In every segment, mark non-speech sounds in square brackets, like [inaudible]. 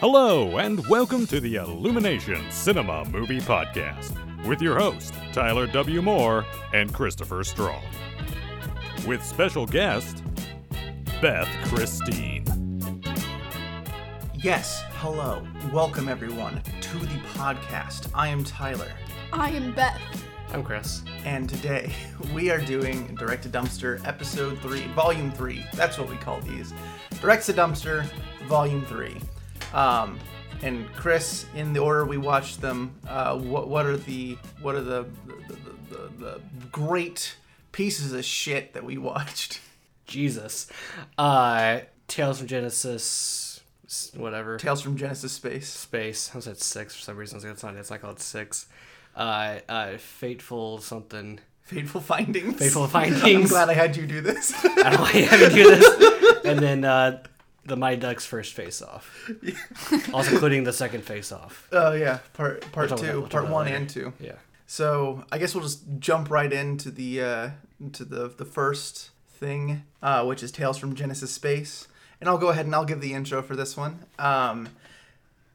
Hello, and welcome to the Illumination Cinema Movie Podcast with your hosts, Tyler W. Moore and Christopher Strong. With special guest, Beth Christine. Yes, hello. Welcome everyone to the podcast. I am Tyler, I am Beth. I'm Chris. and today [laughs] we are doing Direct to Dumpster Episode 3, Volume 3. That's what we call these. Direct to Dumpster Volume 3. Um and Chris, in the order we watched them, uh, what, what are the what are the the, the, the, the great pieces of shit that we watched? [laughs] Jesus. Uh, Tales from Genesis, s- whatever. Tales from Genesis Space. Space. I was at six for some reason. It's not. It's not called six. Uh, uh, fateful something. Fateful Findings. [laughs] [laughs] Fateful I'm findings. glad I had you do this. I don't know why you had to do this. [laughs] And then uh, the Mighty Ducks first face off, also including the second face off. Oh yeah, part part talk about- 2 we'll talk part about one later. and two. Yeah. So I guess we'll just jump right into the uh, into the the first thing, uh, which is Tales from Genesis Space, and I'll go ahead and I'll give the intro for this one. Um,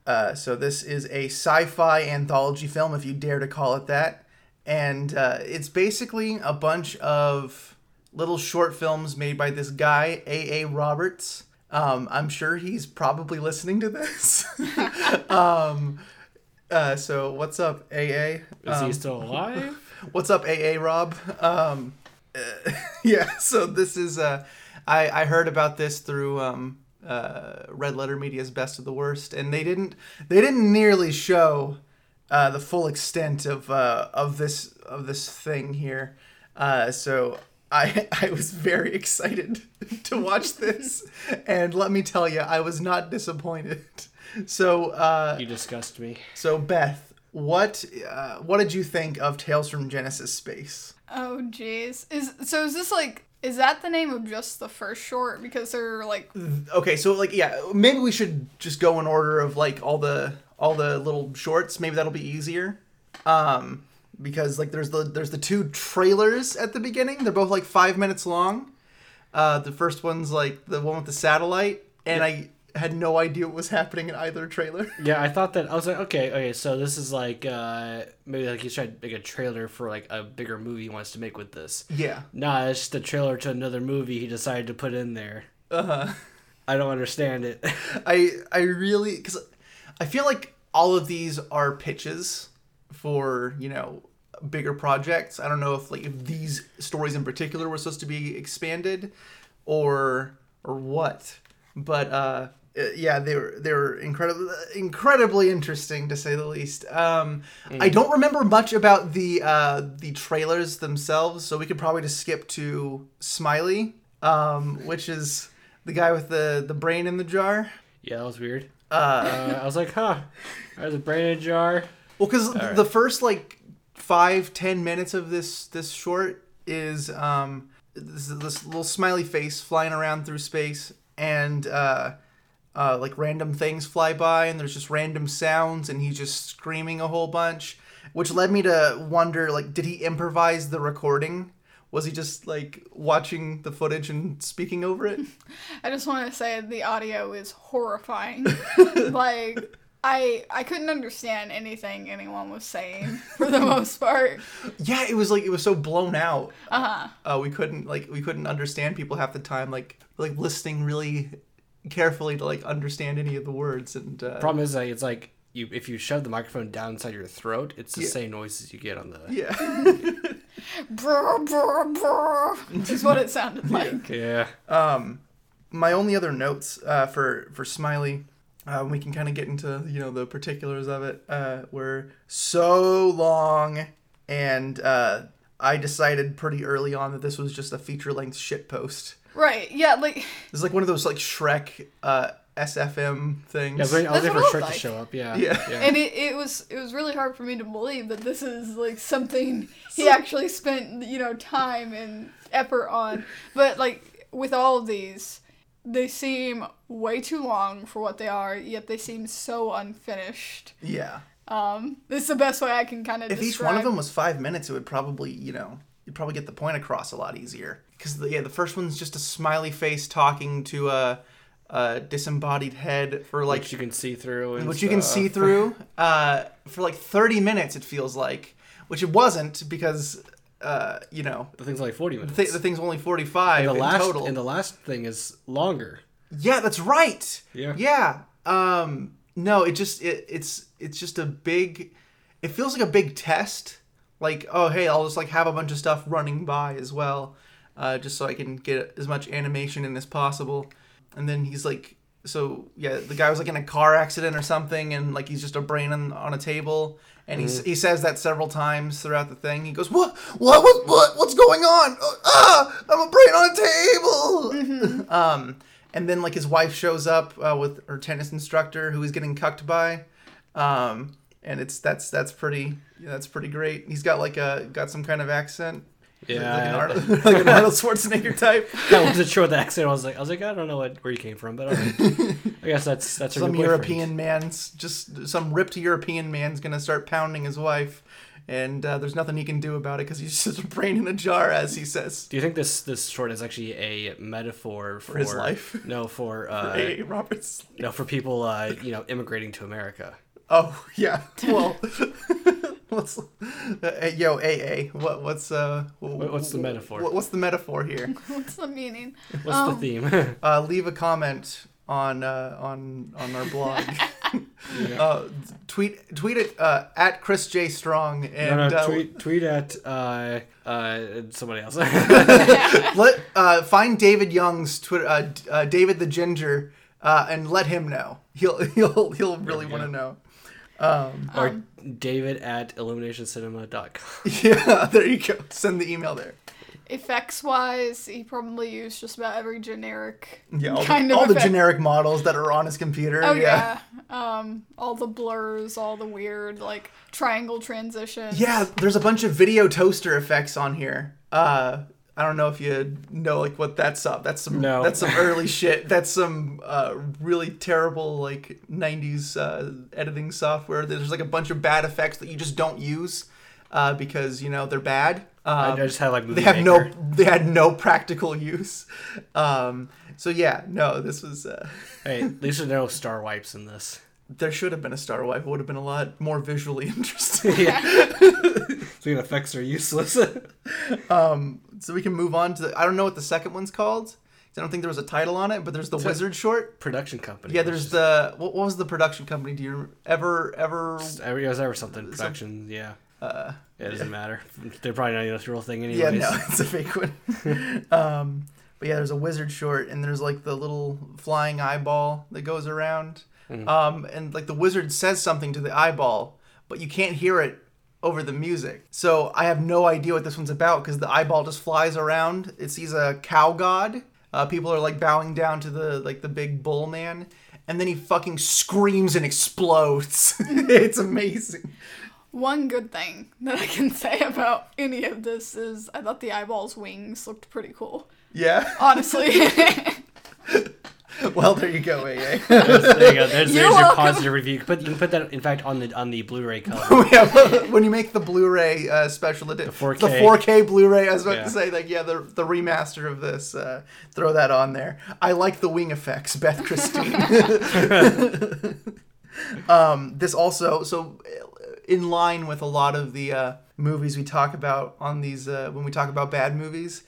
uh, so this is a sci-fi anthology film, if you dare to call it that, and uh, it's basically a bunch of little short films made by this guy A.A. Roberts. Um, I'm sure he's probably listening to this. [laughs] um, uh, so what's up, AA? Is he still alive? What's up, AA Rob? Um, [laughs] uh, yeah, so this is uh, I I heard about this through um, uh, Red Letter Media's Best of the Worst, and they didn't they didn't nearly show uh, the full extent of uh, of this of this thing here. Uh, so I [laughs] I was very excited [laughs] to watch this, and let me tell you, I was not disappointed. [laughs] So uh, You disgust me. so Beth, what uh, what did you think of Tales from Genesis Space? Oh jeez. Is so is this like is that the name of just the first short because they're like Okay, so like yeah, maybe we should just go in order of like all the all the little shorts. Maybe that'll be easier. Um because like there's the there's the two trailers at the beginning. They're both like 5 minutes long. Uh the first one's like the one with the satellite and I had no idea what was happening in either trailer. Yeah, I thought that I was like, okay, okay, so this is like uh maybe like he's trying to make a trailer for like a bigger movie he wants to make with this. yeah. Nah, it's just a trailer to another movie he decided to put in there. Uh-huh. I don't understand it. [laughs] I I really because I feel like all of these are pitches for you know bigger projects. I don't know if like if these stories in particular were supposed to be expanded or or what, but uh, uh, yeah, they were they were incredibly incredibly interesting to say the least. Um, I don't remember much about the uh, the trailers themselves, so we could probably just skip to Smiley, um, which is. The guy with the, the brain in the jar. yeah, that was weird. Uh, Uh, I was like, huh, there's a brain in a jar. Well, because the first like five ten minutes of this this short is um this, this little smiley face flying around through space and uh, uh like random things fly by and there's just random sounds and he's just screaming a whole bunch, which led me to wonder like did he improvise the recording? Was he just like watching the footage and speaking over it? I just want to say the audio is [laughs] horrifying. like I I couldn't understand anything anyone was saying for the most [laughs] part. yeah, it was like it was so blown out. Uh-huh. uh, we couldn't like we couldn't understand people half the time like like listening really carefully to like understand any of the words and uh, Problem is like it's like you if you shove the microphone down inside your throat, it's the same noises you get on the yeah Brr, brr, brr, is what it sounded like. Yeah. my only other notes uh, for for smiley uh, we can kind of get into you know the particulars of it uh, were so long and uh, i decided pretty early on that this was just a feature-length shit post Right. Yeah, like it's like one of those like shrek uh, sfm things Yeah, I was waiting, I was That's waiting what for it Shrek to looked show up, yeah. Yeah. and it, it was it was really hard for me to believe that this is like something he actually spent you know time and effort on but like with all of these they seem way too long for what they are yet they seem so unfinished yeah um this is the best way i can kind of if each one of them was five minutes, it would probably, you know, you'd probably get the point across a lot easier. Because yeah, the first one's just a smiley face talking to a, uh, disembodied head for like which you can see through. And which you can see stuff. through [laughs] uh, for like 30 minutes it feels like which it wasn't because uh, you know The thing's like forty minutes. th- the thing's only 45 the in last total and the last thing is longer. yeah that's right Yeah. yeah um no it just it, it's it's just a big it feels like a big test like oh hey i'll just like have a bunch of stuff running by as well uh, just so i can get as much animation in as possible and then he's like so yeah the guy was like in a car accident or something and like he's just a brain on, on a table and he, s- he says that several times throughout the thing he goes what what what, what what's going on Uh, ah i'm a brain on a table um, and then like his wife shows up uh, with her tennis instructor who he's getting cucked by, um, and it's that's that's pretty yeah, that's pretty great. He's got like a got some kind of accent. Like an, Yeah, [laughs] Arnold, [laughs] like an Arnold Schwarzenegger type. I wasn't sure with the accent. I was like, I was like, I don't know what, where you came from, but all right. [laughs] I guess that's that's your Some new boyfriend. European man's just some ripped European man's gonna start pounding his wife, and uh, there's nothing he can do about it because he's [laughs] just a brain in a jar, as he says. Do you think this this short is actually a metaphor for, his life. [laughs] No, for uh, Hey, Roberts. no, for people uh, you know immigrating to America. Oh [laughs] [laughs] yeah. Well, what's uh, yo AA? What what's uh? What- what's the metaphor? What, what's the metaphor here? [laughs] What's the meaning? What's the [laughs] theme? [laughs] Uh, leave a comment on uh, on on our [laughs] blog. [laughs] uh, tweet tweet it uh, at Chris J Strong and no, no, uh, tweet tweet at uh, uh, somebody [laughs] else. [laughs] let uh, find David Young's Twitter uh, D- uh, David the Ginger uh, and let him know. He'll [laughs] he'll he'll really want to know. [laughs] or David at illuminationcinema.com. Yeah, [laughs] there you go. Send the email there. Effects wise, he probably used just about [laughs] every generic Yeah, all, kind the, of all the effect. generic models that are on his computer. Oh yeah. yeah. Um, all the blurs, all the weird like triangle transitions. Yeah, there's a bunch of video toaster effects on here. Uh, I don't know if you know like what that's up. That's some No. that's [laughs] some early shit. That's some uh, really terrible like '90s uh, editing software. There's like a bunch of bad effects that you just don't use uh, because you know they're bad. I Um, just had like they have no [laughs] they had no practical use. Um, so yeah, no, this was uh, Hey, at least there's no star wipes in this. [laughs] there should have been a Star Wife. It would have been a lot more visually [laughs] interesting. The effects are useless. [laughs] so we can move on to the, I don't know what the second one's called. 'cause I don't think there was a title on it, but there's the Wizard short. Production company. Yeah, there's the what, what was the production company? Do you ever ever I mean, it was ever something production. Yeah. it doesn't matter. They're probably not even a real thing, anyways. Uh, Yeah, no, it's a fake one. [laughs] um, but yeah, there's a wizard short, and there's like the little flying eyeball that goes around. Um, and like the wizard says something to the eyeball, but you can't hear it over the music. So I have no idea what this one's about because the eyeball just flies around. It sees a cow god. Uh, people are like bowing down to the like the big bull man, and then he fucking screams and explodes. [laughs] it's amazing. One good thing that I can say about any of this is I thought the eyeball's wings looked pretty cool. Yeah. [laughs] Honestly. [laughs] Well, there you go, AA. There you go. There's, You're there's your welcome. positive review. You can, put, you can put that, in fact, on the on the Blu-ray cover. [laughs] yeah, well, when you make the Blu-ray uh, special edition, the 4K. 4K Blu-ray. I was about Yeah. to say, like, yeah, the the remaster of this. Uh, throw that on there. I like the wing effects, Beth [laughs] Christine. um, this also so uh, in line with a lot of the uh, movies we talk about on these uh, when we talk about bad movies.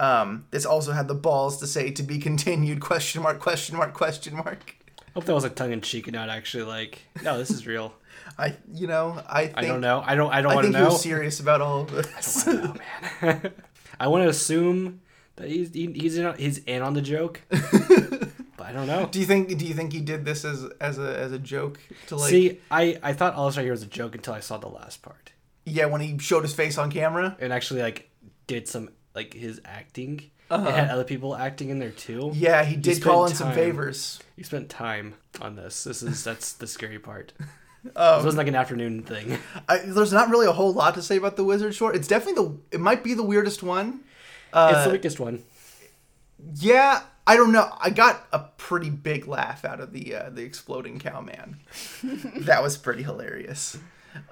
Um, this also had the balls to say to be continued question mark question mark question mark. hope that was like tongue in cheek and not actually like. No, this is real. I you know I think I don't know. I don't. I don't I want to think you're know. serious about all of this. [laughs] I want to assume that he's he, he's in, on- he's in on the [laughs] joke, but I don't know. Do you think? Do you think he did this as as a as a joke to like? See, I I thought All Star Hero was a joke until I saw the last part Yeah, when he showed his face on camera. and actually like did some like his acting. It had other people acting in there too. Uh-huh. Yeah, he did call in spent some time. favors. You spent time on this. This is that's the scary [laughs] part. Oh. this wasn't like an afternoon thing. I, there's not really a whole lot to say about the wizard short. It's definitely the. It might be the weirdest one. Uh, it's the weakest one. Yeah, I don't know. I got a pretty big laugh out of the uh, the exploding cow [laughs] man. that was pretty hilarious.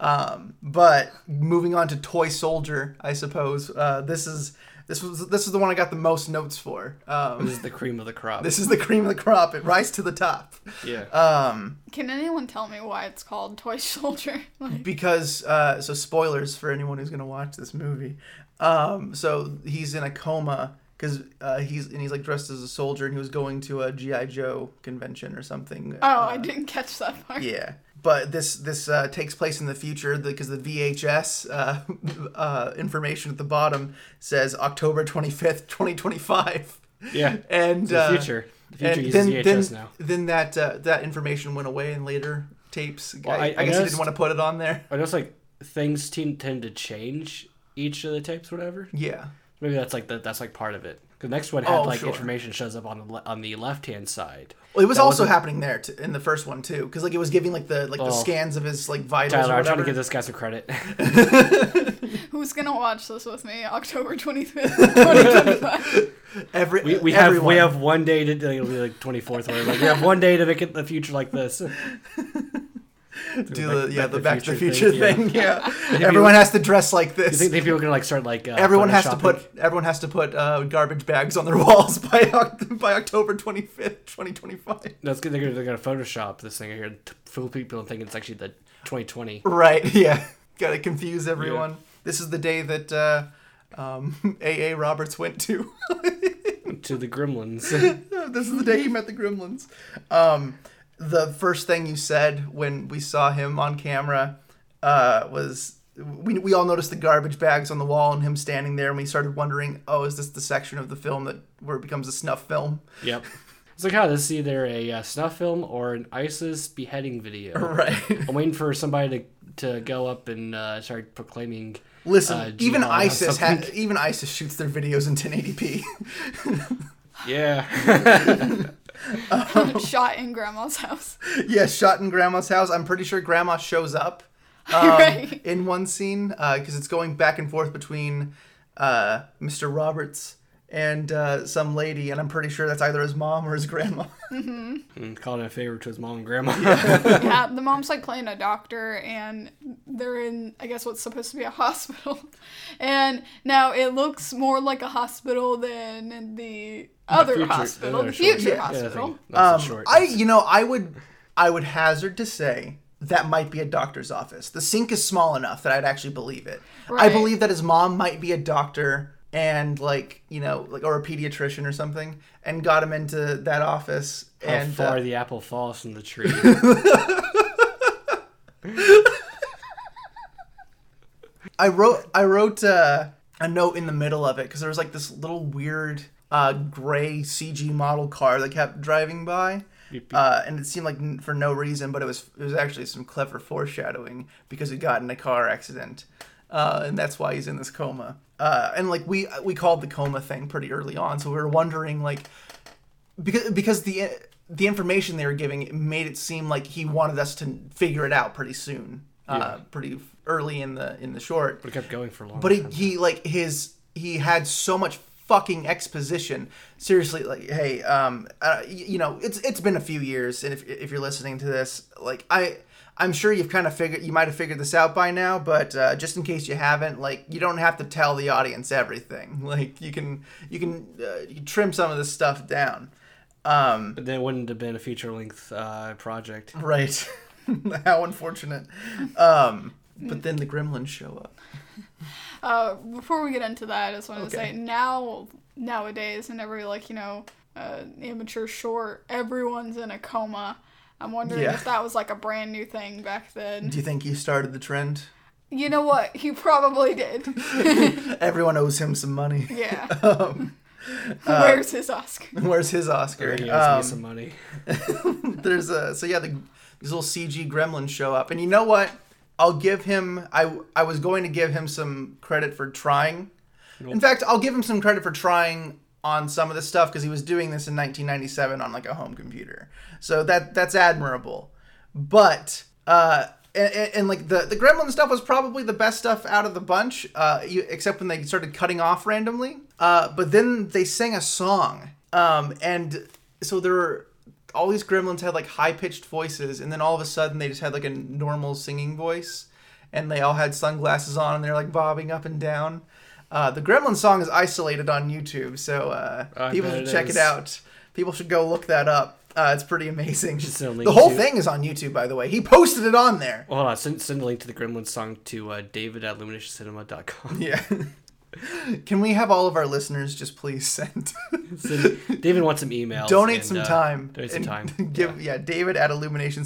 Um, but moving on to Toy Soldier, I suppose uh, this is This was this is the one I got the most notes for. Um, [laughs] This is the cream of the crop. this is the cream of the crop. It rise to the top. yeah. Um, Can anyone tell me why it's called Toy Soldier? [laughs] Like, because uh, so spoilers for anyone who's gonna watch this movie. Um, so he's in a coma because uh, he's and he's like dressed as a soldier and he was going to a GI Joe convention or something. oh, I didn't catch that part. Yeah, but this this uh, takes place in the future because the VHS uh, [laughs] uh, information at the bottom says October twenty fifth, twenty twenty [laughs] five. Yeah. and the uh, future. The future and uses then, VHS then, now. Then that uh, that information went away in later tapes. Well, I, I, I- I guess I didn't noticed- want to put it on there. I know it's like things tend tend to change each of the tapes, whatever. Yeah, Maybe that's like that. That's like part of it. The next one had Oh, like sure. information shows up on the le- on the left hand side. well, it was That also wasn't- happening there t- in the first one too, because like it was giving like the like the Oh. scans of his like vitals Tyler, or I'm trying whatever. to give this guy some credit. Uh, Who's gonna watch this with me? October twenty fifth, [laughs] twenty twenty five. Every [laughs] We, we have everyone. we have one day to it'll be like 24th or whatever. We have one day to make it the future like [laughs] this. do Back- the yeah Back the to Back to the Future Future thing, yeah. thing. [laughs] Yeah, everyone has to dress like You this. think, think people are gonna like start like uh, everyone has to photoshopping? put everyone has to put uh, garbage bags on their [laughs] walls by Oc- by October 25th, 2025. No, it's good. They're gonna, they're gonna Photoshop this thing here, to fool people and think it's actually [laughs] the 2020. Right. Yeah. Got to confuse everyone. This is the day that uh, um, [laughs] A.A. Roberts went to. to the [laughs] gremlins. this is the day he met the Gremlins. Um, the first thing you said when we saw him on camera uh, was we, we all noticed the garbage bags on the wall and him standing there, and we started wondering, oh, is this the section of the film that where it becomes a snuff [laughs] film? yep. It's like, how this is either a uh, snuff film or an ISIS [laughs] beheading video. Right. I'm waiting for somebody to, to go up and uh, [laughs] start proclaiming. Listen, uh, even jihad or ISIS ha- something. even ISIS shoots their videos in 1080p. Yeah. Shot in grandma's house. yeah, shot in grandma's house. I'm pretty sure grandma shows [laughs] up um, Right. in one scene because it's going back and forth between uh, Mr. Roberts and uh, some lady, and I'm pretty sure that's either his mom or his grandma. and calling a favor to his mom and grandma. yeah, the mom's like playing a doctor, and they're in, I guess, what's supposed to be a hospital. [laughs] And now it looks more like a hospital than the other [laughs] Future- hospital, other the short. future Yeah, I think hospital. That's [laughs] a Um, short. I, you know, I would, I would hazard to say that might be a doctor's office. The sink is small enough that I'd actually believe it. I Right. believe that his mom might be a doctor and like you know, like or a pediatrician or something, and got him into that office. How and far uh, the apple falls from the [laughs] tree. I wrote, I wrote uh, a note in the middle of it because there was like this little weird uh, gray CG model car that kept driving by. Beep, beep. Uh, and it seemed like n- for no reason, but it was it was actually some clever foreshadowing because he got in a car accident, uh, and that's why he's in this coma. Uh, and like we we called the coma thing pretty early on, so we were wondering like because because the the information they were giving made it seem like he wanted us to figure it out pretty soon, uh, pretty early in the in the short. But it kept going for a long. But he, time. he like his he had so much fucking exposition. Seriously, like hey, um, uh, y- you know, it's it's been a few years, and if if you're listening to this, like I. I'm sure you've kind of figured you might have figured this out by now, but uh, just in case you haven't, like you don't have to tell the audience everything. [laughs] Like you can you can uh, you can trim some of this stuff down. Um, But then it wouldn't have been a feature length uh, project. right? [laughs] How unfortunate. Um, but then the gremlins show up. Uh, before we get into that, I just wanted to Okay. say now nowadays in every like you know uh, amateur short, everyone's in a coma. I'm wondering Yeah. if that was like a brand new thing back then. Do you think he started the trend? You know what? He [laughs] probably did. Everyone owes him some money. Yeah. Um, [laughs] Where's his Oscar? where's his Oscar? He owes me Um, some money. there's a so yeah, the, these little CG gremlins show up, and you know what? I'll give him. I I was going to give him some credit for trying. In fact, I'll give him some credit for trying on some of this stuff because he was doing this in 1997 on like a home computer. So that that's admirable. But uh, and, and, and, like the the Gremlin stuff was probably the best stuff out of the bunch, uh, you, except when they started cutting off randomly. Uh, but then they sang a song, um, and so there were all these Gremlins had like high pitched voices, and then all of a sudden they just had like a normal singing voice, and they all had sunglasses on and they're like bobbing up and down. Uh, the Gremlin song is isolated on YouTube, so uh, I people bet should it check is. it out. People should go look that up. Uh, it's pretty amazing. send a link The whole to- thing is on YouTube, by the way. He posted it on there. Well, hold on. Send, send a link to the Gremlins song to uh, David at LuminationCinema.com. Yeah. [laughs] Can we have all of our listeners just please send [laughs] [laughs] Send, David wants some emails. donate and, some uh, time Donate some and time. [laughs] give yeah. david at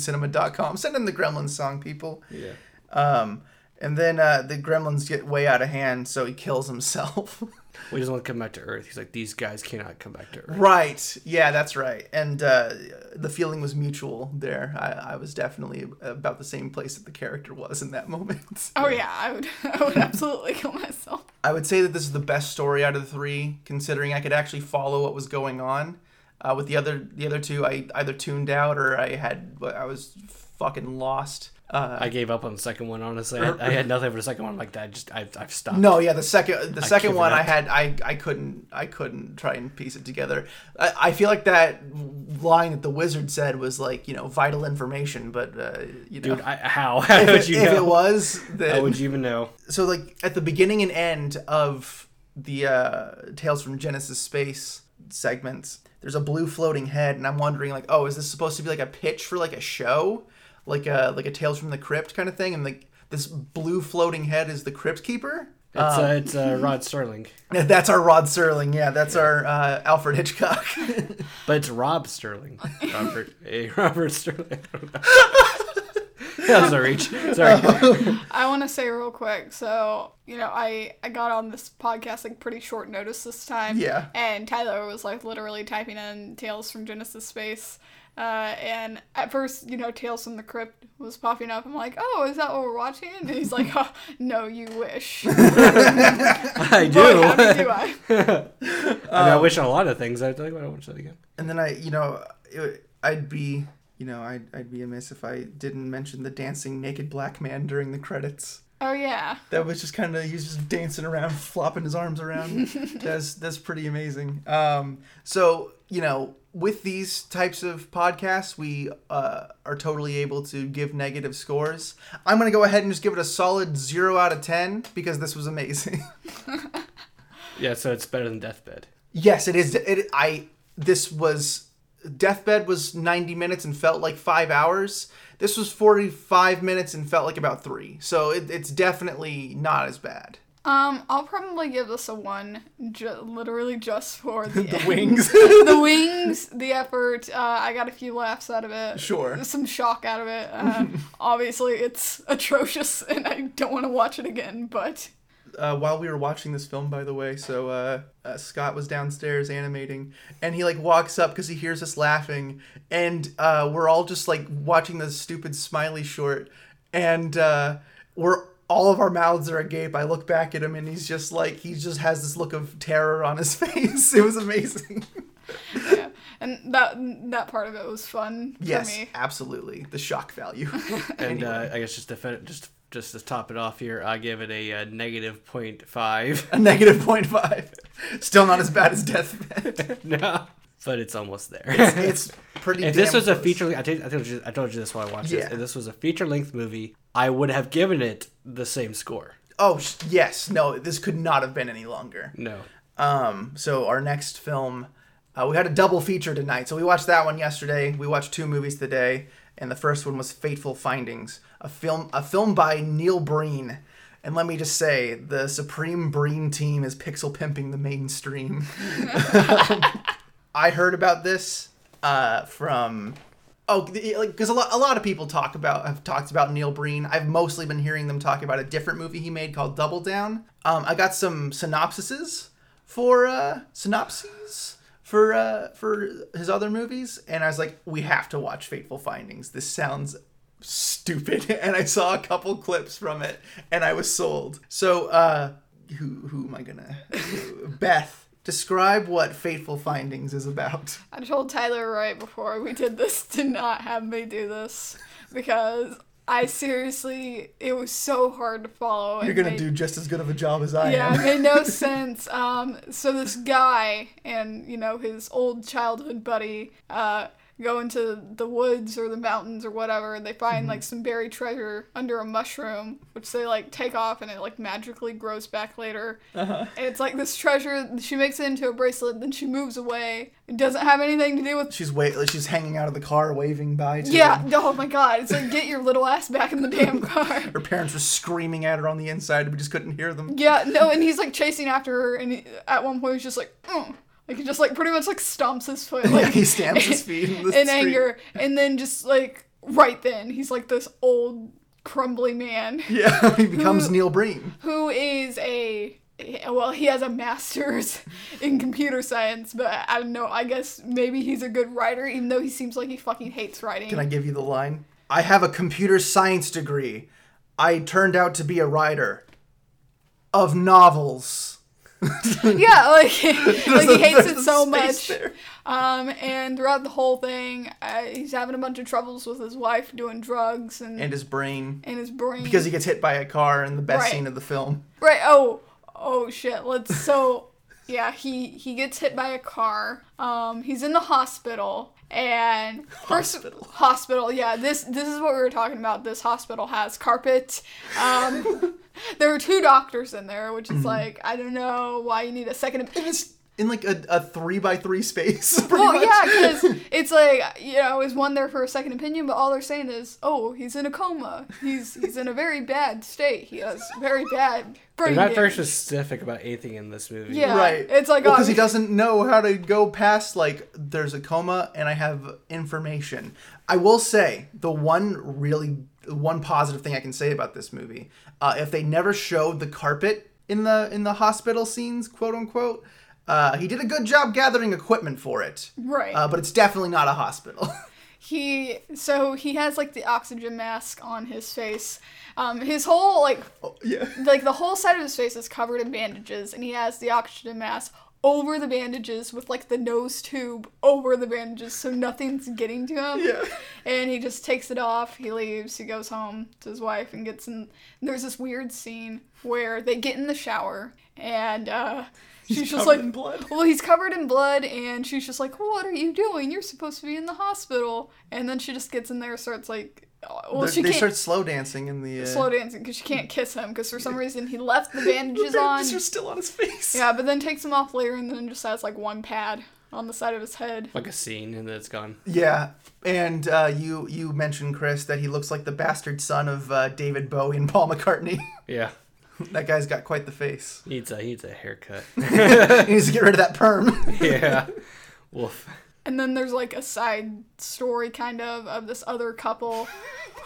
illuminationcinema.com send in the gremlins song people Yeah. um and then uh the gremlins get way out of hand so he kills himself [laughs] Well, he doesn't want to come back to Earth. He's like, these guys cannot come back to Earth. right yeah that's right and uh the feeling was mutual there i, I was definitely about the same place that the character was in that [laughs] moment Oh yeah, I would [laughs] [laughs] I would absolutely kill myself. I would say that this is the best story out of the three, considering I could actually follow what was going on. Uh, with the other the other two, I either tuned out or I had I was fucking lost. Uh, I gave up on the second one. Honestly, I, I had nothing for the second one. I'm like that. Just I've, I've stopped. no, yeah, the second the second give one up. I had I I couldn't I couldn't try and piece it together. I, I feel like that line that the wizard said was like you know vital information, but uh, you know dude. I, how? [laughs] How would if, you it, if know? it was then how would you even know? so like at the beginning and end of the uh tales from genesis space segments there's a blue floating head and i'm wondering like oh is this supposed to be like a pitch for like a show like a like a tales from the crypt kind of thing and like this blue floating head is the crypt keeper [laughs] It's uh, it's uh, Rod Sterling, that's our rod serling yeah that's our uh, alfred hitchcock [laughs] but it's Rob Sterling. Robert, hey, Robert Sterling. [laughs] that was a reach. [laughs] Oh Sorry. I want to say real quick. So you know, I I got on this podcast like pretty short notice this time. Yeah. And Tyler was like literally typing in tales from Genesis Space. Uh, and at first, you know, Tales from the Crypt was popping up. I'm like, oh, is that what we're watching? And he's like, [laughs] oh, no, [laughs] you wish. Boy, I do. how I, do [laughs] I? mean, I Um, wish on a lot of things. I think I watch that again. and then i you know it, i'd be you know I'd, I'd be amiss if i didn't mention the dancing naked black man during the credits Oh, yeah. that was just kind of he was just dancing around, [laughs] flopping his arms around. that's that's pretty amazing. Um, so you know, with these types of podcasts, we uh, are totally able to give negative scores. I'm gonna go ahead and just give it a solid zero out of ten because this was amazing. [laughs] Yeah, so it's better than Deathbed. yes, it is. It I this was deathbed was 90 minutes and felt like five hours this was 45 minutes and felt like about three so it, it's definitely not as bad Um, I'll probably give this a one, ju- literally just for [laughs] the, the [laughs] wings the wings, the effort. Uh, I got a few laughs out of it. Sure. Some shock out of it. [laughs] Uh, obviously, it's atrocious, [laughs] and I don't want to watch it again. But uh, while we were watching this film, by the way. So uh, uh, Scott was downstairs animating, and he like walks up because he hears us laughing, and uh, we're all just like watching this stupid smiley short, and uh, we're all of our mouths are agape. I look back at him, and he's just like he just has this look of terror on his [laughs] face. it was amazing. and that that part of it was fun yes, for me. absolutely, the shock value. [laughs] And uh, I guess just to fin- just just to top it off here, I give it a, uh negative point five. [laughs] A negative point five. Still not as bad as Deathbed. no, but it's almost there. [laughs] [laughs] It's pretty. if this damn was a close. feature, I, think- I told you, I told you this while I watched Yeah. this. If this was a feature length movie, I would have given it the same score. Oh sh- yes, no, this could not have been any longer. No, Um, so our next film, uh, we had a double feature tonight. So we watched that one yesterday. We watched two movies today, and the first one was Fateful Findings, a film a film by Neil Breen. And let me just say, the Supreme Breen team is pixel pimping the mainstream. [laughs] I heard about this uh, from oh, the- like because a lot a lot of people talk about have talked about Neil Breen. I've mostly been hearing them talk about a different movie he made called Double Down. Um, I got some synopsises for uh, synopses for uh, for his other movies, and I was like, we have to watch Fateful Findings. This sounds stupid [laughs] and i saw a couple clips from it and i was sold so uh who who am i gonna beth describe what fateful findings is about I told Tyler right before we did this to not have me do this because I seriously, it was so hard to follow. you're and gonna made- do just as good of a job as i Yeah, it am [laughs] made no sense. Um, so this guy and you know his old childhood buddy uh, go into the woods or the mountains or whatever and they find Mm-hmm. like some buried treasure under a mushroom which they like take off and it like magically grows back later Uh-huh. and it's like this treasure she makes it into a bracelet then she moves away it doesn't have anything to do with She's wait. She's hanging out of the car, waving bye to yeah him. oh my god it's like get your little ass back in the [laughs] damn car Her parents were screaming at her on the inside, and we just couldn't hear them. [laughs] yeah no and he's like chasing after her and he, at one point he's just like mm. like he just like pretty much like stomps his foot like he stamps his feet in the [laughs] in street. anger, and then just like right then, he's like this old crumbly man [laughs] Yeah, he becomes Neil Breen. who is a well, he has a master's [laughs] in computer science, but I don't know. I guess maybe he's a good writer, even though he seems like he fucking hates writing. Can I give you the line? I have a computer science degree. I turned out to be a writer of novels. yeah, like, [laughs] like he hates it [laughs] There's so space much. Um, and throughout the whole thing, uh, he's having a bunch of troubles with his wife doing drugs and And and, his brain. his brain Because he gets hit by a car in the best Right. scene of the film. Right. Oh. Oh shit. Let's. So. [laughs] Yeah. He he gets hit by a car. Um. He's in the hospital. [laughs] And first Hospital. hospital, yeah. This this is what we were talking about. This hospital has carpet. Um, [laughs] there were two doctors in there, which is like I don't know why you need a second. And Op- Mm-hmm. it's in like a, a three by three space. [laughs] Pretty well, much. yeah, because it's like you know, is one there for a second opinion? But all they're saying is, oh, he's in a coma. He's he's in a very bad state. He has very bad brain They're not very damage." specific about anything in this movie. Yeah. Right. [laughs] It's like, oh, because he obvi- doesn't know how to go past like there's a coma and I have information. I will say the one really one positive thing I can say about this movie, uh, if they never showed the carpet in the in the hospital scenes, quote unquote, uh, he did a good job gathering equipment for it. Right. Uh, but it's definitely not a hospital. [laughs] he so he has like the oxygen mask on his face um his whole like yeah. like the whole side of his face is covered in bandages and he has the oxygen mask over the bandages with like the nose tube over the bandages so nothing's getting to him Yeah. and he just takes it off he leaves he goes home to his wife and gets in and there's this weird scene where they get in the shower [laughs] and uh she's just covered like in blood. well, he's covered in blood, and she's just like, "What are you doing? You're supposed to be in the hospital." And then she just gets in there, starts like, oh, "Well, They- she they can't start slow dancing in the uh, [laughs] slow dancing because she can't kiss him because for some reason he left [laughs] the bandages on." Bandages are still on his face. Yeah, but then takes them off later, and then just has like one pad on the side of his head. Like a scene and then it's gone. Yeah, and uh, you you mentioned Chris that he looks like the bastard son of uh, David Bowie and [laughs] Paul McCartney. Yeah. that guy's got quite the face. [laughs] He needs a he needs a haircut. he needs to get rid of that perm. [laughs] yeah. Wolf. And then there's like a side story kind of of this other couple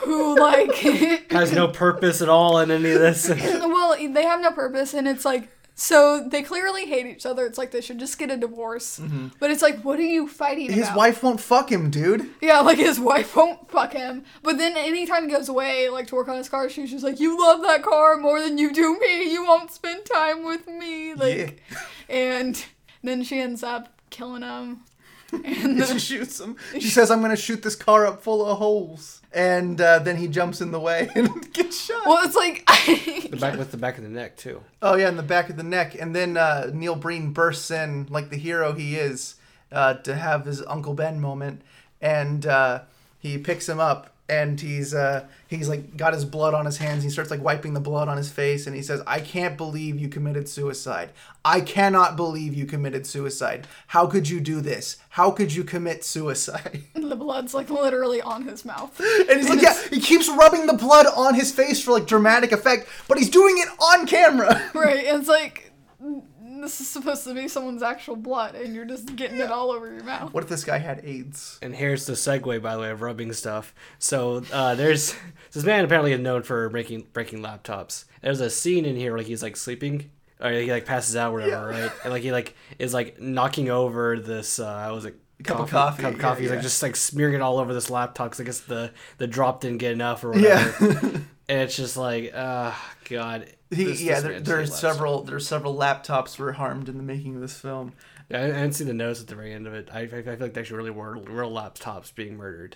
who like [laughs] Has no purpose at all in any [laughs] of this. well, they have no purpose, and it's like so they clearly hate each other. It's like they should just get a divorce. But it's like, what are you fighting His about? wife won't fuck him, dude. yeah, like his wife won't fuck him. But then anytime he goes away, like to work on his car, she's just like, you love that car more than you do me. You won't spend time with me, like, and then she ends up killing him. [laughs] [laughs] And She then, shoots him. [laughs] She says, "I'm gonna shoot this car up full of holes," and uh, then he jumps in the way [laughs] and gets shot. well, it's like. [laughs] The back with the back of the neck too. Oh yeah, in the back of the neck, and then uh, Neil Breen bursts in like the hero he is uh, to have his Uncle Ben moment, and uh, he picks him up, and he's uh, he's like got his blood on his hands. He starts like wiping the blood on his face, and he says, "I can't believe you committed suicide. I cannot believe you committed suicide. How could you do this? How could you commit suicide?" [laughs] the blood's like literally on his mouth. And [laughs] he's like, "Yeah." He keeps rubbing the blood on his face for like dramatic effect, but he's doing it on camera. [laughs] Right, and it's like this is supposed to be someone's actual blood, and you're just getting it all over your mouth. What if this guy had AIDS? And here's the segue, by the way, of rubbing stuff. So uh, there's [laughs] this man apparently is known for breaking breaking laptops. There's a scene in here where like, he's like sleeping, or he like passes out, or whatever, right? And like he like is like knocking over this. Uh, was it? Cup of coffee, Cup of yeah, coffee. He's yeah. like just like smearing it all over this laptop because I guess the the drop didn't get enough or whatever. Yeah. [laughs] And it's just like, ah, god. He, this- yeah, this there, man's there are hate laptops. several there are several laptops were harmed in the making of this film. Yeah, I I didn't see the notes at the very end of it. I, I, I feel like they actually really were [laughs] real laptops being murdered.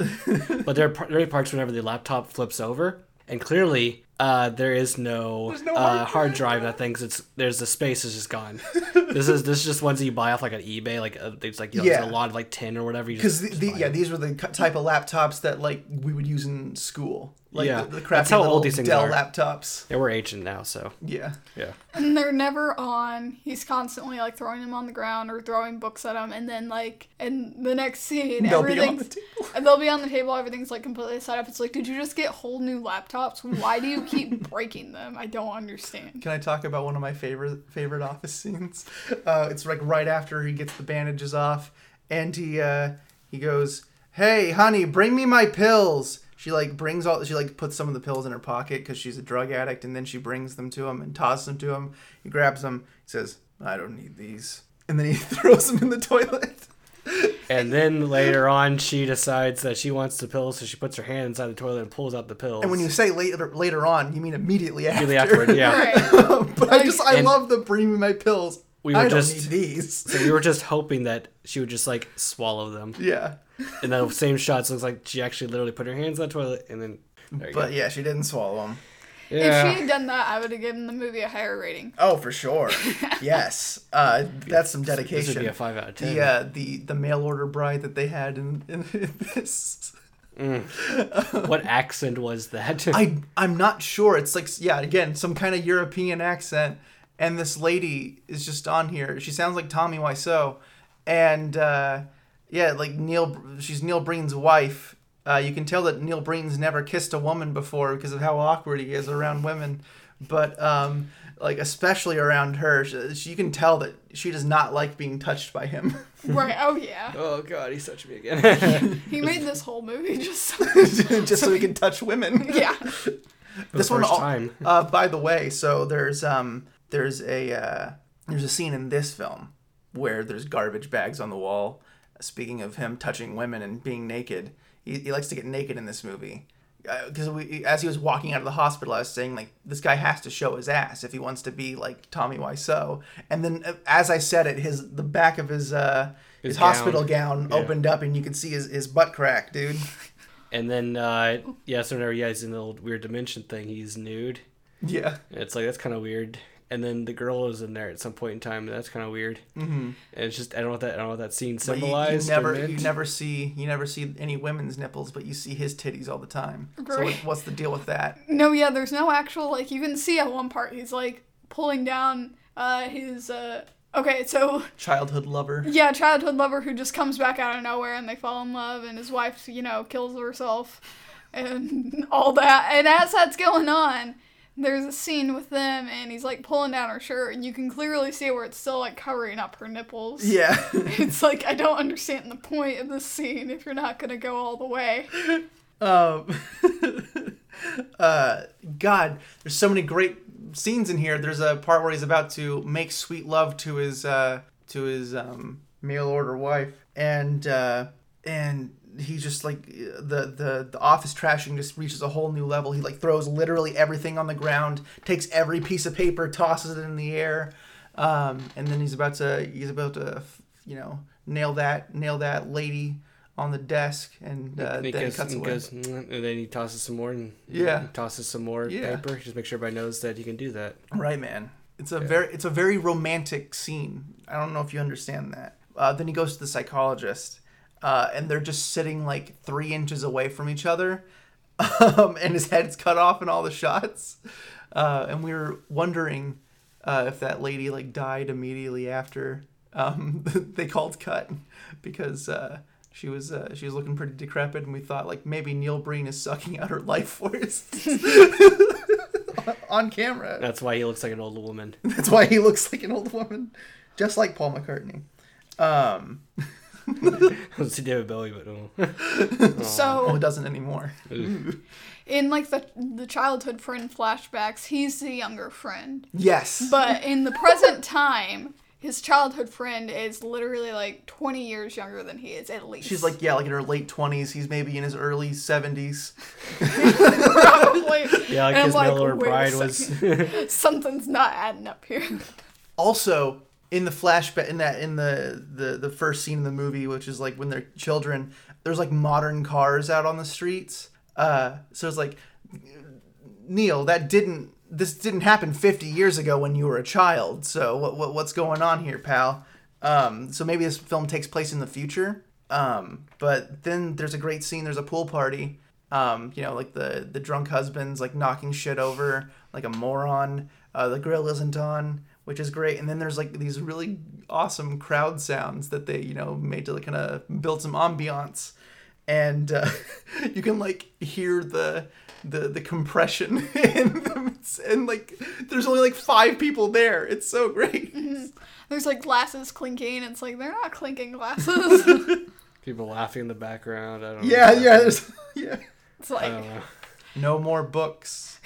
but there are, par- there are parts whenever the laptop flips over, and clearly Uh, there is no, no uh, hard hard drive that thinks it's there's the space is just gone. this is this is just ones that you buy off like on eBay, like uh, it's like you know, it's Yeah. a lot of like tin or whatever. you because just- the, just the, buy yeah it. these were the cu- type of laptops that like we would use in school like Yeah. the, the crappy That's how little old these things Dell are. laptops yeah, we're ancient now, so yeah yeah. And they're never on. He's constantly like throwing them on the ground or throwing books at them, and then like in the next scene, They'll be on everything's the table. and [laughs] they'll be on the table. Everything's like completely set up. It's like, did you just get whole new laptops? Why do you [laughs] keep breaking them? I don't understand. Can I talk about one of my favorite favorite office [laughs] scenes? Uh, it's like right after he gets the bandages off, and he uh, he goes, "Hey, honey, bring me my pills." She like brings all she like puts some of the pills in her pocket because she's a drug addict, and then she brings them to him and tosses them to him. He grabs them. He says, "I don't need these," and then he [laughs] throws them in the toilet. And then later on, she decides that she wants the pills, so she puts her hand inside the toilet and pulls out the pills. And when you say later later on, you mean immediately after. immediately afterward, yeah. Right. [laughs] but I just I And- love the bring me my pills. We I were don't just- need these. [laughs] So we were just hoping that she would just like swallow them. Yeah. And the same shot so it's like she actually literally put her hands on the toilet and then. There you But go. yeah, she didn't swallow them. If she had done that, I would have given the movie a higher [laughs] rating. Oh, for sure. yes. Uh, that's some dedication. this would be a five out of ten. the, uh, the the mail order bride that they had in, in, [laughs] this. [laughs] What accent was that? [laughs] I I'm not sure. It's like yeah, again, some kind of European accent. And this lady is just on here. She sounds like Tommy Wiseau, and uh, yeah, like Neil. She's Neil Breen's wife. Uh, you can tell that Neil Breen's never kissed a woman before because of how awkward he is around women, but um, like especially around her, she, she- you can tell that she does not like being touched by him. [laughs] Right? Oh yeah. oh god, he touched me again. He made this whole movie [laughs] [laughs] just. just so he can touch women. yeah. this the one first al- time. [laughs] uh, by the way, so there's um there's a uh, there's a scene in this film where there's garbage bags on the wall. Speaking of him touching women and being naked, he, he likes to get naked in this movie. Because we as he was walking out of the hospital, I was saying like this guy has to show his ass if he wants to be like Tommy Wiseau. And then uh, as I said it, his the back of his uh, his, gown. hospital gown opened up and you could see his, his butt crack, dude. [laughs] And then uh yeah, so whenever yeah, he's in the old weird dimension thing, he's nude. Yeah. And it's like that's kind of weird. And then the girl is in there at some point in time. And that's kind of weird. Mm-hmm. And it's just I don't know what that I don't know what that scene But you- symbolized. You, or never, you meant. never see, you never see any women's nipples, but you see his titties all the time. So Right. what- what's the deal with that? No, yeah, there's no actual like you can see at one part he's like pulling down uh his uh okay, so Childhood lover. yeah, childhood lover who just comes back out of nowhere and they fall in love and his wife, you know, kills herself and [laughs] all that. And as that's going on, there's a scene with them and he's like pulling down her shirt and you can clearly see where it's still like covering up her nipples. Yeah. [laughs] It's like I don't understand the point of this scene if you're not gonna go all the way. um, uh, God, there's so many great scenes in here. There's a part where he's about to make sweet love to his uh, to his um, mail order wife, and uh, and he just like the the the office trashing just reaches a whole new level. He like throws literally everything on the ground, takes every piece of paper, tosses it in the air, um, and then he's about to he's about to you know nail that nail that lady on the desk and uh, And he then goes, cuts and away. goes, "Mm," and then he tosses some more and Yeah. and tosses some more Yeah. paper. Just make sure everybody knows that he can do that. Right, man. It's a very it's a very romantic scene. I don't know if you understand that. Uh, then he goes to the psychologist, uh, and they're just sitting like three inches away from each other, [laughs] um, and his head's cut off in all the shots. Uh, and we were wondering uh, if that lady like died immediately after um, [laughs] they called cut because uh, she was uh, she was looking pretty decrepit, and we thought like maybe Neil Breen is sucking out her life force [laughs] on camera. That's why he looks like an old woman. [laughs] That's why he looks like an old woman, just like Paul McCartney. Um, Let's see David Bowie, but oh. So oh, doesn't anymore. in like the the childhood friend flashbacks, he's the younger friend. Yes, But in the present time, his childhood friend is literally like 20 years younger than he is at least. she's like yeah, like in her late twenties. He's maybe in his early seventies. probably. [laughs] yeah, like And I'm [laughs] his like, Miller "Wait a bride was. [laughs] Something's not adding up here. [laughs] Also, in the flashback, in that in the, the the first scene of the movie, which is like when they're children, there's like modern cars out on the streets. Uh, so it's like Neil, that didn't this didn't happen 50 years ago when you were a child. So what, what what's going on here, pal? Um, so maybe this film takes place in the future. Um, but then there's a great scene. There's a pool party. Um, you know, like the the drunk husband's like knocking shit over like a moron. Uh, the grill isn't on, which is great. And then there's like these really awesome crowd sounds that they you know made to kind of build some ambiance and uh, [laughs] you can like hear the the the compression [laughs] in them. It's- and like there's only like five people there it's so great There's like glasses clinking. It's like they're not clinking glasses. [laughs] [laughs] People laughing in the background. I [laughs] don't yeah know. yeah there's [laughs] yeah it's I like Oh. don't know. no more books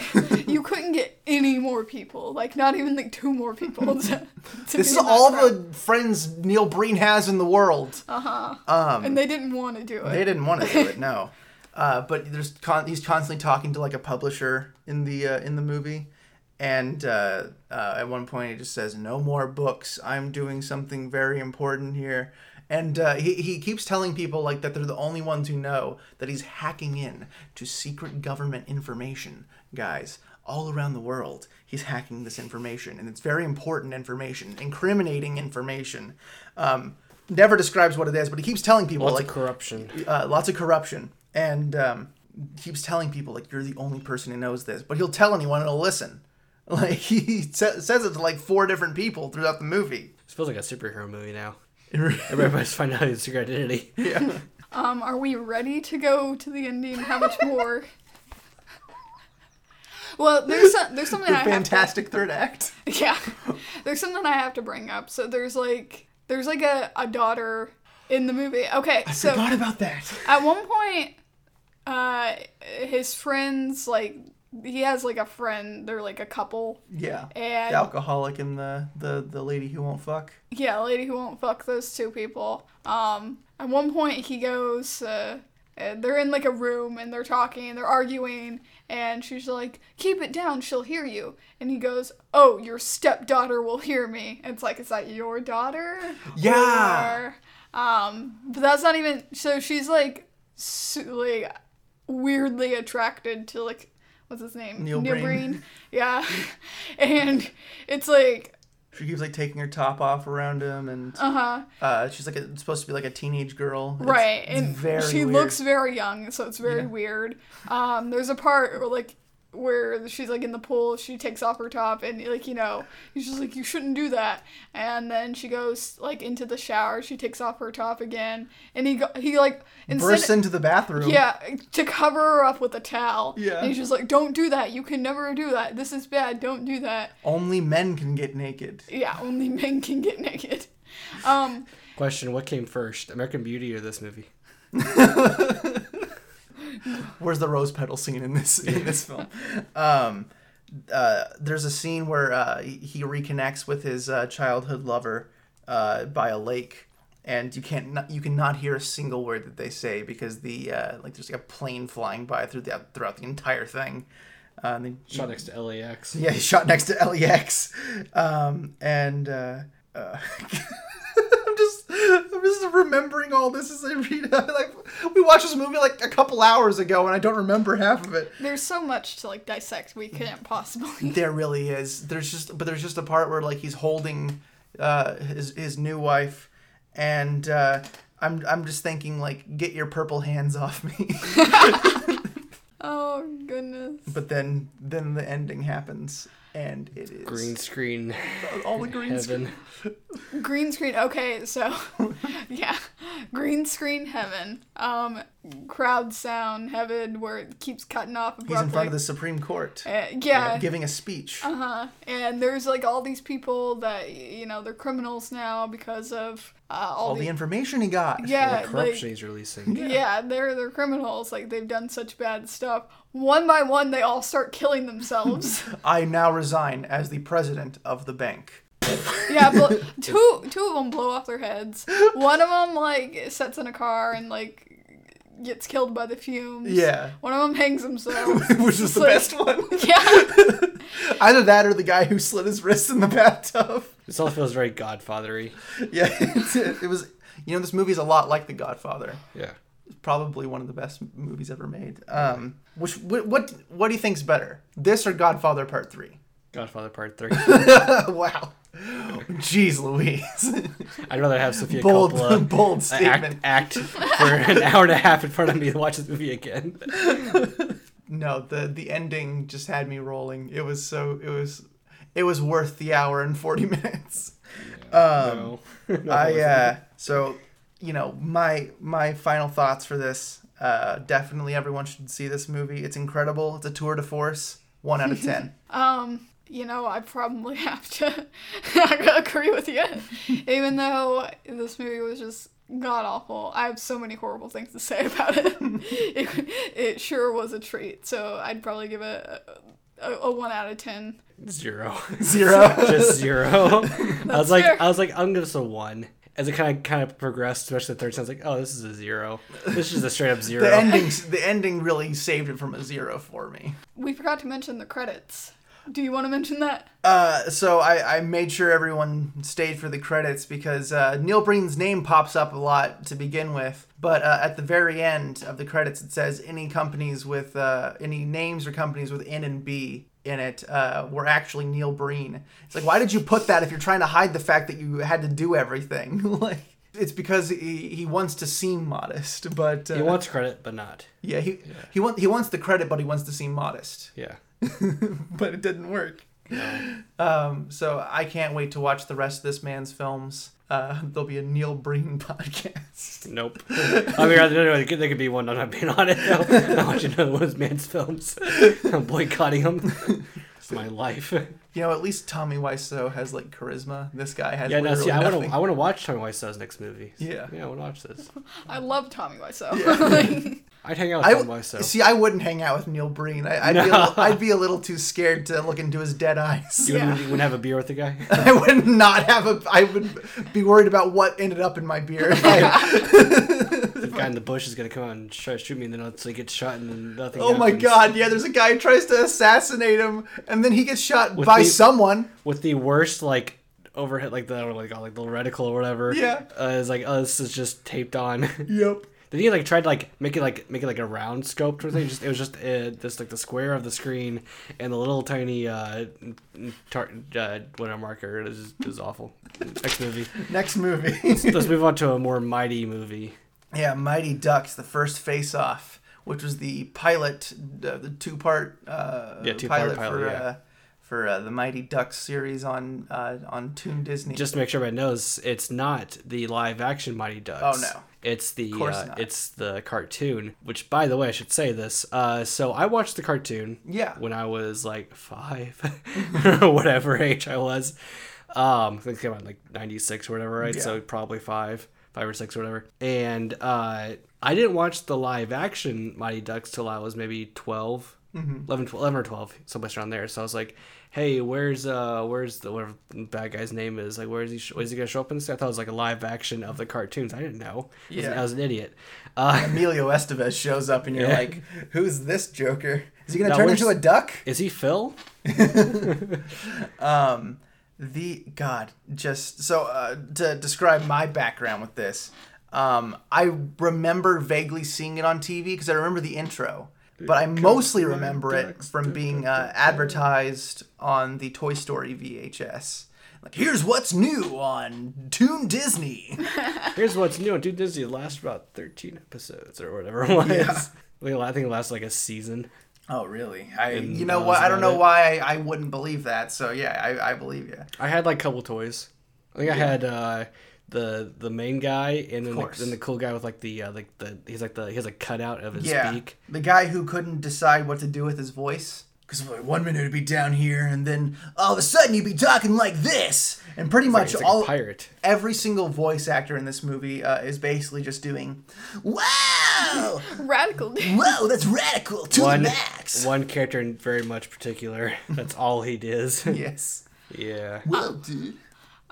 you couldn't get any more people. Like not even like two more people. [laughs] To, this to be is in that all crowd. the friends neil breen has in the world and they didn't want to do they it. didn't want to [laughs] do it no uh, but there's con- he's constantly talking to like a publisher in the uh, in the movie and uh, uh, at one point he just says no more books i'm doing something very important here and uh, he, he keeps telling people like that they're the only ones who know that he's hacking in to secret government information guys all around the world he's hacking this information and it's very important information incriminating information um, never describes what it is but he keeps telling people Lots like of corruption. uh, lots of corruption and um, keeps telling people like you're the only person who knows this but he'll tell anyone and he'll listen [laughs] like he sa- says it to like four different people throughout the movie It feels like a superhero movie now. Everybody's finding out his [laughs] secret identity. Um, are we ready to go to the ending? How much more? [laughs] well, there's some, there's something [laughs] I have to fantastic third [laughs] act Yeah. There's something I have to bring up. So there's like there's like a, a daughter in the movie. Okay, so forgot about that [laughs] at one point uh his friends like he has like a friend, they're like a couple yeah and the alcoholic and the, the the lady who won't fuck yeah, lady who won't fuck those two people. Um, at one point he goes, uh, uh, they're in like a room and they're talking and they're arguing, and she's like, "Keep it down, she'll hear you." And he goes, "Oh, your stepdaughter will hear me." And it's like, is that your daughter? Yeah. Or, um, but that's not even. So she's like, su- like weirdly attracted to like, what's his name? Neil Breen. Yeah, [laughs] and it's like. she keeps like taking her top off around him and Uh huh. uh, she's like a, supposed to be like a teenage girl It's- right it's and very she weird. looks very young so it's very weird um there's a part where like where she's like in the pool she takes off her top and like you know she's just like you shouldn't do that and then she goes like into the shower she takes off her top again and he go- he like bursts into the bathroom yeah, to cover her up with a towel. Yeah. And he's just like, don't do that. You can never do that. This is bad. Don't do that. only men can get naked Yeah, only men can get naked. Um, Question: What came first, American Beauty or this movie? Where's the rose petal scene in this in this film? Um, uh, there's a scene where uh, he- he reconnects with his uh, childhood lover uh, by a lake, and you can't not, you cannot hear a single word that they say because the uh, like there's like a plane flying by through the throughout the entire thing. Uh, and then Shot next to LAX. yeah, he's shot next to LEX. Um, and uh, uh, [laughs] I'm just I'm just remembering all this as I read it. [laughs] Like we watched this movie like a couple hours ago, and I don't remember half of it. there's so much to like dissect. We couldn't possibly [laughs] There really is. There's just but there's just a part where like he's holding uh, his his new wife, and uh, I'm I'm just thinking like get your purple hands off me. [laughs] Oh goodness. but then then the ending happens, and it is Green screen. all the green Heaven. Green screen. Okay, so [laughs] yeah. Green screen heaven. Um crowd sound heaven where it keeps cutting off abruptly. He's in front of the Supreme Court. Uh, yeah. giving a speech. Uh-huh. And there's like all these people that y- you know, they're criminals now because of uh, all, All the, the information he got. The yeah, like, corruption he's releasing. yeah. they're they're criminals. Like they've done such bad stuff. One by one, they all start killing themselves. I now resign as the president of the bank. [laughs] Yeah, but two two of them blow off their heads. One of them like sets in a car and like gets killed by the fumes. Yeah. One of them hangs himself. Which is the Like- best one. [laughs] yeah. Either that or the guy who slit his wrist in the [laughs] bathtub. This all feels very Godfathery. [laughs] Yeah, it's- it was. You know, this movie is a lot like The Godfather. Yeah. probably one of the best movies ever made. Um, which what what, what do you think's better, this or Godfather Part Three? [laughs] Godfather Part Three. [laughs] wow, jeez, Louise, [laughs] I'd rather have Sophia bold Coppola [laughs] bold uh, statement. act act for an hour and a half in front of me and watch this movie again. [laughs] No, the the ending just had me rolling. It was so it was it was worth the hour and forty [laughs] minutes. Um, [laughs] No. No, I it's- uh, so you know my my final thoughts for this. Uh, definitely, everyone should see this movie. It's incredible. It's a tour de force. One out of [laughs] ten. [laughs] Um, you know, I probably have to [laughs] I agree with you. Even though this movie was just god awful, I have so many horrible things to say [laughs] about it. it, it sure was a treat, so I'd probably give it a, a, a 1 out of 10. zero. Zero. [laughs] just zero. I was like, fair. I was like, I'm gonna give this a one. As it kind of kind of progressed, especially the third time, I was like, oh, this is a zero. This is a straight up [laughs] zero. the ending the ending really saved it from a zero for me. We forgot to mention the credits. Do you want to mention that? Uh, so I, I made sure everyone stayed for the credits because uh, Neil Breen's name pops up a lot to begin with, but uh, at the very end of the credits it says any companies with uh, any names or companies with N and B in it uh, were actually Neil Breen. It's like why did you put that if you're trying to hide the fact that you had to do everything? [laughs] like it's because he, he wants to seem modest, but uh, He wants credit, but not. yeah he he wants he wants the credit, but he wants to seem modest Yeah. [laughs] but it didn't work. Um, so I can't wait to watch the rest of this man's films. Uh, [laughs] there'll be a Neil Breen [laughs] podcast. [laughs] Nope. I mean, I don't know. There could, there could be one. I'm not being on it. Though. I watch another one of his man's films. [laughs] I'm boycotting him. It's my life. You know, at least Tommy Wiseau has like charisma. This guy has Yeah. No. literally See, I want nothing. to. I want to watch Tommy Wiseau's next movie. Yeah. Yeah. I want to [laughs] watch this. I love Tommy Wiseau. I'd hang out I with w- Tommy Wiseau. see. I wouldn't hang out with Neil Breen. I, I'd, be a No. little, I'd be a little too scared to look into his dead eyes. you wouldn't, yeah. you wouldn't have a beer with [laughs] the guy. I would not have a. I would be worried about what ended up in my beer. [laughs] if I- the guy in the bush is gonna come out and try to shoot me, and then I'll so he gets shot, and then nothing. [laughs] oh my happens. god! Yeah, there's a guy who tries to assassinate him, and then he gets shot With by the- someone. With the worst like overhead, like the I don't know what they call it, like the reticle or whatever. Yeah. Uh, it's like oh, this is just taped on. [laughs] Yep. Then he like tried to like make it like make it like a round scope or something. Just it was just uh, this like the square of the screen and the little tiny uh, tar- uh window marker. It was, just, it was awful. Next movie. Next [laughs] movie. Let's move on to a more mighty movie. Yeah, Mighty Ducks, the first Face Off, which was the pilot, uh, the two part uh, Yeah, two-part pilot, pilot, for yeah. uh, for uh, the Mighty Ducks series on uh, on Toon Disney. Just to make sure everybody knows, it's not the live action Mighty Ducks. Oh, no. It's the course uh, not. it's the cartoon. Which by the way, I should say this. Uh, so I watched the cartoon. Yeah. When I was [laughs] like five, [laughs] or whatever age I was. Um, I think it came out in, like ninety six or whatever, right? So Yeah. probably five, five or six or whatever. And uh, I didn't watch the live action Mighty Ducks till I was maybe 12 Mm-hmm. 11, 12, 11 or twelve, someplace around there. So I was like, "Hey, where's uh, where's the whatever the bad guy's name is? Like, where's he? Sh- is he gonna show up in this?" I thought it was like a live action of the cartoons. I didn't know. I was- Yeah. I was an idiot. Uh, Emilio Estevez shows up, and you're Yeah. like, "Who's this Joker? Is he gonna Now, turn where's- into a duck?" is he Phil? Um, the God, just so uh, to describe my background with this, um, I remember vaguely seeing it on TV because I remember the intro, but I mostly remember it from being uh, advertised on the Toy Story VHS. Like, here's what's new on Toon [laughs] Disney. Here's what's new on Dude Disney. It lasts about thirteen episodes or whatever it was. [laughs] Like, I think it lasts like a season. Oh, really? I, And you know that what? was I don't about know it. why I, I wouldn't believe that. So yeah, I, I believe you. I had like a couple toys. I think I had uh, the the main guy and then the, course. then the cool guy with like the uh, like the he's like the he has a cutout of his Yeah, beak. the guy who couldn't decide what to do with his voice. Because one minute it'd be down here, and then all of a sudden you'd be talking like this, and pretty much He's like all a pirate. every single voice actor in this movie uh, is basically just doing, "Wow, Radical dude. [laughs] whoa, that's radical to One the max." one character in very [laughs] much particular. That's all he does. Yes, [laughs] yeah. Uh, whoa, dude.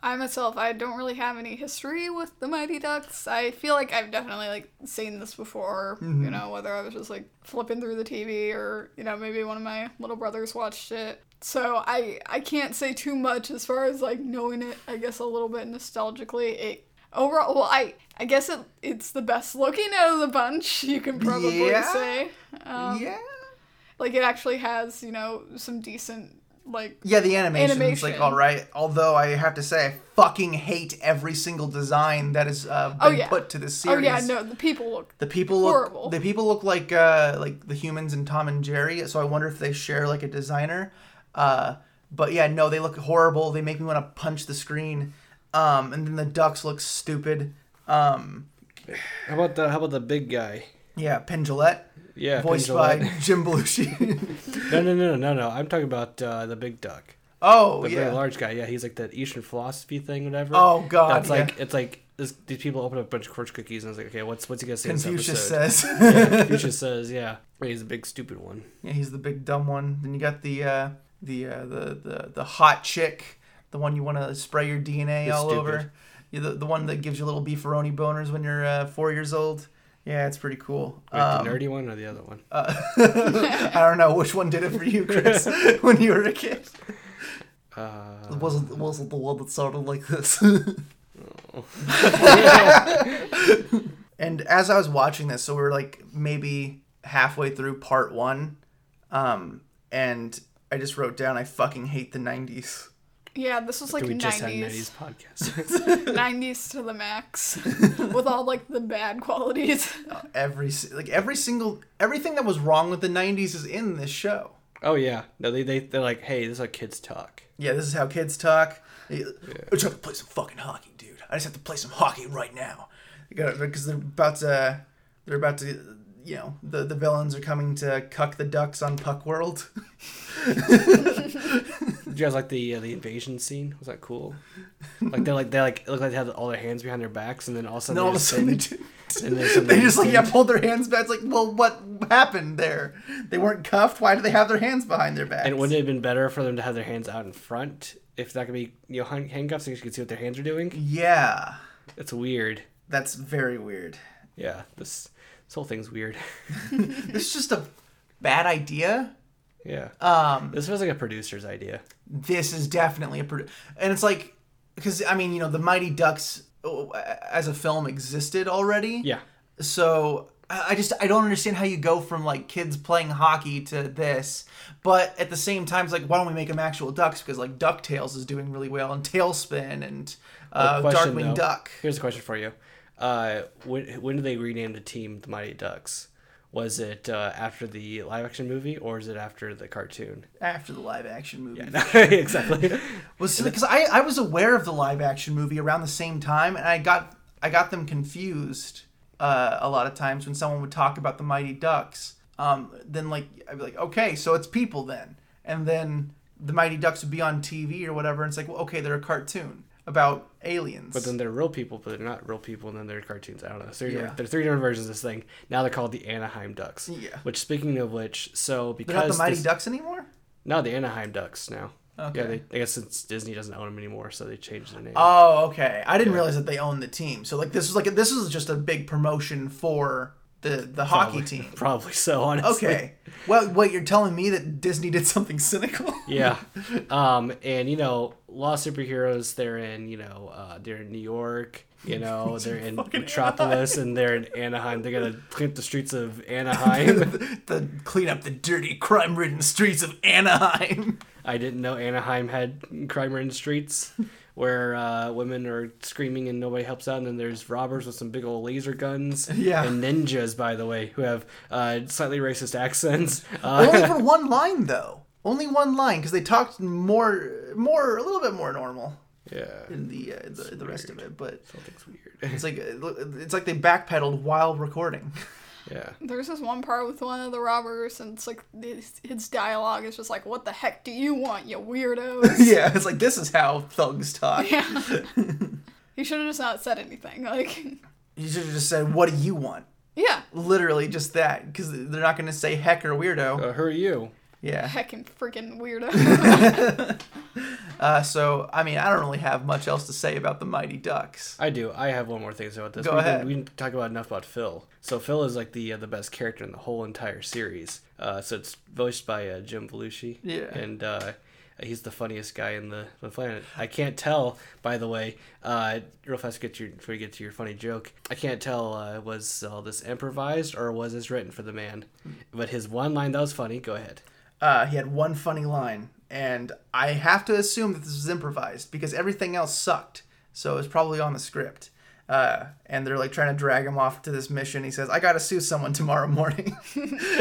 I myself, I don't really have any history with the Mighty Ducks. I feel like I've definitely like seen this before. You know, whether I was just like flipping through the TV or you know maybe one of my little brothers watched it. So I I can't say too much as far as like knowing it. I guess a little bit nostalgically. It overall, well, I I guess it, it's the best looking out of the bunch. [laughs] You can probably Yeah. say, um, yeah. like it actually has you know some decent like Yeah, the animation's Animation. like all right. Although I have to say, I fucking hate every single design that is uh, been Oh, yeah. put to this oh series. yeah no the people look The people look Horrible. the people look like uh, like the humans in Tom and Jerry. So I wonder if they share like a designer. Uh, but yeah, no, they look horrible. They make me want to punch the screen. Um, and then the ducks look stupid. Um, How about the how about the big guy? yeah, Pendulette, Yeah, voiced Pendulette. by Jim Belushi. [laughs] No, no, no, no, no. I'm talking about uh, the big duck, oh the very yeah, large guy. Yeah, he's like that Eastern philosophy thing, whatever. Oh, God, That's yeah. like it's like this, these people open up a bunch of crunch cookies and it's like, okay, what's what's he gonna say? in Confucius this episode? says. [laughs] Confucius says, yeah. And He's a big stupid one. Yeah, he's the big dumb one. Then you got the uh, the, uh, the the the hot chick, the one you want to spray your DNA all stupid. over. you the, the one that gives you little beefaroni boners when you're uh, four years old. Yeah, it's pretty cool. Wait, Um, uh, the nerdy one or the other one? [laughs] I don't know which one did it for you, [laughs] Chris, when you were a kid. Uh, It wasn't wasn't the one that sounded like this. [laughs] and as I was watching this, so we were like maybe halfway through part one, um, and I just wrote down, "I fucking hate the '90s." yeah this was like do we just have 90s nineties podcast? 90s to the max with all like the bad qualities Every si- like every single everything that was wrong with the '90s is in this show. [laughs] oh yeah, no, they they they're like, hey, this is how kids talk. Yeah, this is how kids talk. They- I just have to play some fucking hockey, dude. I just have to play some hockey right now. Because they're about to, they're about to, you know, the, the villains are coming to cuck the ducks on Puck World. [laughs] Did you guys like the uh, the invasion scene? Was that cool? Like they are like they like it looked like they had all their hands behind their backs, and then all of a sudden And all of a they just sudden they, didn't. did, and then they suddenly just like didn't. yeah, pulled their hands back. It's like, well, what happened there? They weren't cuffed. Why do they have their hands behind their backs? And wouldn't it have been better for them to have their hands out in front if that could be you know hang- handcuffs so you could see what their hands are doing? yeah, It's weird. that's very weird. Yeah, this this whole thing's weird. [laughs] This is just a bad idea. yeah, Um, this was like a producer's idea. this is definitely a produ- and it's like because i mean you know the mighty ducks uh, as a film existed already Yeah, so i I just i don't understand how you go from like kids playing hockey to this but at the same time it's like why don't we make them actual ducks because like ducktales is doing really well and tailspin and uh, question, darkwing though. duck Here's a question for you. Uh, when when did they rename the team the Mighty Ducks? Was it uh, after the live action movie or is it after the cartoon? [laughs] after the live action movie [laughs] exactly. was because I, I was aware of the live action movie around the same time and I got I got them confused uh, a lot of times when someone would talk about the Mighty Ducks. Um, then like I'd be like, okay, so it's people then, and then the Mighty Ducks would be on TV or whatever, and it's like, well, okay, they're a cartoon about aliens. But then they're real people, but they're not real people, and then they're cartoons. I don't know. So Yeah. there are three different versions of this thing. Now they're called the Anaheim Ducks. Yeah. Which, speaking of which, so they're not because the Mighty this- Ducks anymore. no, the Anaheim Ducks now. Okay. Yeah, they, I guess since Disney doesn't own them anymore, so they changed their name. Oh, okay. I didn't realize that they owned the team. So like this was like this was just a big promotion for the the hockey [laughs] team. [laughs] Probably so. Honestly. Okay. Well, wait, you're telling me that Disney did something cynical? yeah um and you know law superheroes they're in you know uh they're in new york [laughs] you know they're in metropolis and they're in anaheim they're gonna clean up the streets of [laughs] anaheim [laughs] the clean up the dirty, crime-ridden streets of Anaheim. [laughs] i didn't know anaheim had crime ridden streets where uh, women are screaming and nobody helps out and then there's robbers with some big old laser guns Yeah. and ninjas by the way who have uh, slightly racist accents Only uh, for one line, though. Only one line, because they talked more, more, a little bit more normal yeah in the uh, the, the rest of it. But it's weird it's like uh, it's like they backpedaled while recording. [laughs] yeah There's this one part with one of the robbers, and it's like his, his dialogue is just like, "What the heck do you want, [laughs] you weirdos?" yeah, it's like this is how thugs talk. yeah. he should have just not said anything. Like, [laughs] You should have just said, "What do you want?" yeah, Literally, just that, because they're not going to say heck or weirdo. uh, who are you Yeah. heck and freaking weirdo. Uh, so, I mean, I don't really have much else to say about the Mighty Ducks. I do. I have one more thing to say about this. Go we ahead. Didn't, we didn't talk about enough about Phil. So Phil is like the uh, the best character in the whole entire series. Uh, so it's voiced by uh, Jim Belushi. Yeah. And uh, He's the funniest guy in the, the planet. I can't tell, by the way, uh, real fast get to your, before you get to your funny joke. I can't tell uh, was all this improvised or was this written for the man. Hmm. But his one line that was funny. Go ahead. Uh, he had one funny line, and I have to assume that this was improvised because everything else sucked. So it was probably on the script. Uh, and they're like trying to drag him off to this mission. He says, "I gotta sue someone [laughs] tomorrow morning,"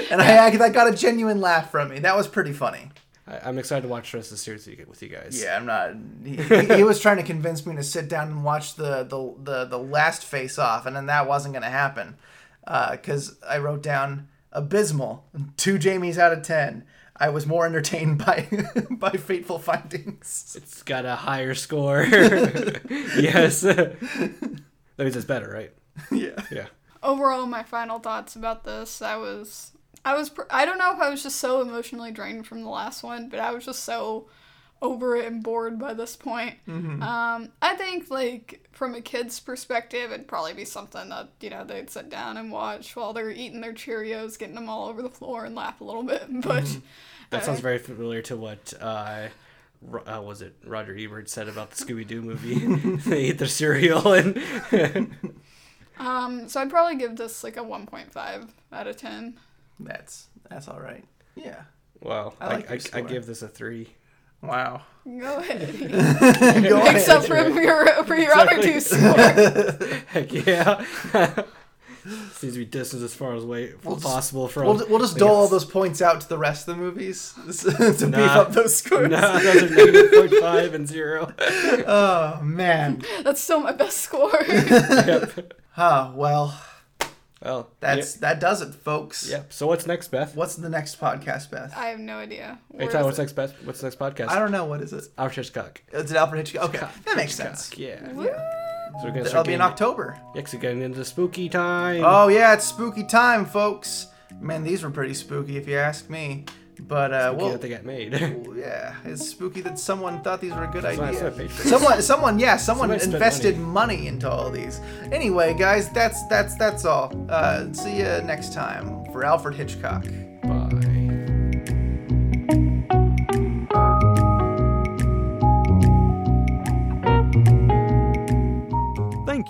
and I, I got a genuine laugh from me. That was pretty funny. I, I'm excited to watch the rest of the series you get with you [laughs] guys. Yeah, I'm not. He, he, he was trying to convince me to sit down and watch the the the, the last face off, and then that wasn't going to happen because I wrote down abysmal two Jamies out of ten. I was more entertained [laughs] by by Fateful Findings. It's got a higher [laughs] score. [laughs] yes. that means it's better, right? [laughs] yeah. Yeah. Overall, my final thoughts about this, I was I was pr- I don't know if I was just so emotionally drained from the last one, but I was just so over it and bored by this point. Um, I think like from a kid's perspective, it'd probably be something that you know they'd sit down and watch while they're eating their Cheerios, getting them all over the floor, and laugh a little bit. [laughs] But That sounds very familiar to what uh, Ro- uh, was it Roger Ebert said about the Scooby Doo [laughs] movie? they eat their cereal and um, so I'd probably give this like a one point five out of ten. That's that's all right. Yeah. wow, I, I like your I, I, score. give this a three. Wow. Go ahead. [laughs] Go ahead. Except for your for your other two scores. Heck yeah! [laughs] Seems to be distanced as far as way just- possible from. We'll, we'll just dole all [laughs] those points out to the rest of the movies [laughs] to Nah. beef up those scores. No, those are negative point five [laughs] and zero. Oh man. That's still my best score. Yep. Ah, well, Well, that's that does it, folks. yep. yep. So what's next, Beth? What's the next podcast, Beth? I have no idea. Hey, Where Tyler, is what's it? next, Beth? What's the next podcast? I don't know what is it. Alfred Hitchcock. Is it Alfred Hitchcock? Okay, that makes sense. Hitchcock, Yeah. Woo! So we're gonna That'll start be in getting, October. yes, we're getting into spooky time. Oh yeah, it's spooky time, folks. Man, these were pretty spooky if you ask me. But uh, Spooky well, that they got made. [laughs] yeah, it's spooky that someone thought these were a good That's why I idea. said Patreon. Someone, someone, yeah, someone Somebody spent invested money. into all these. Anyway, guys, that's that's that's all. Uh, see you next time for Alfred Hitchcock. Bye. Thank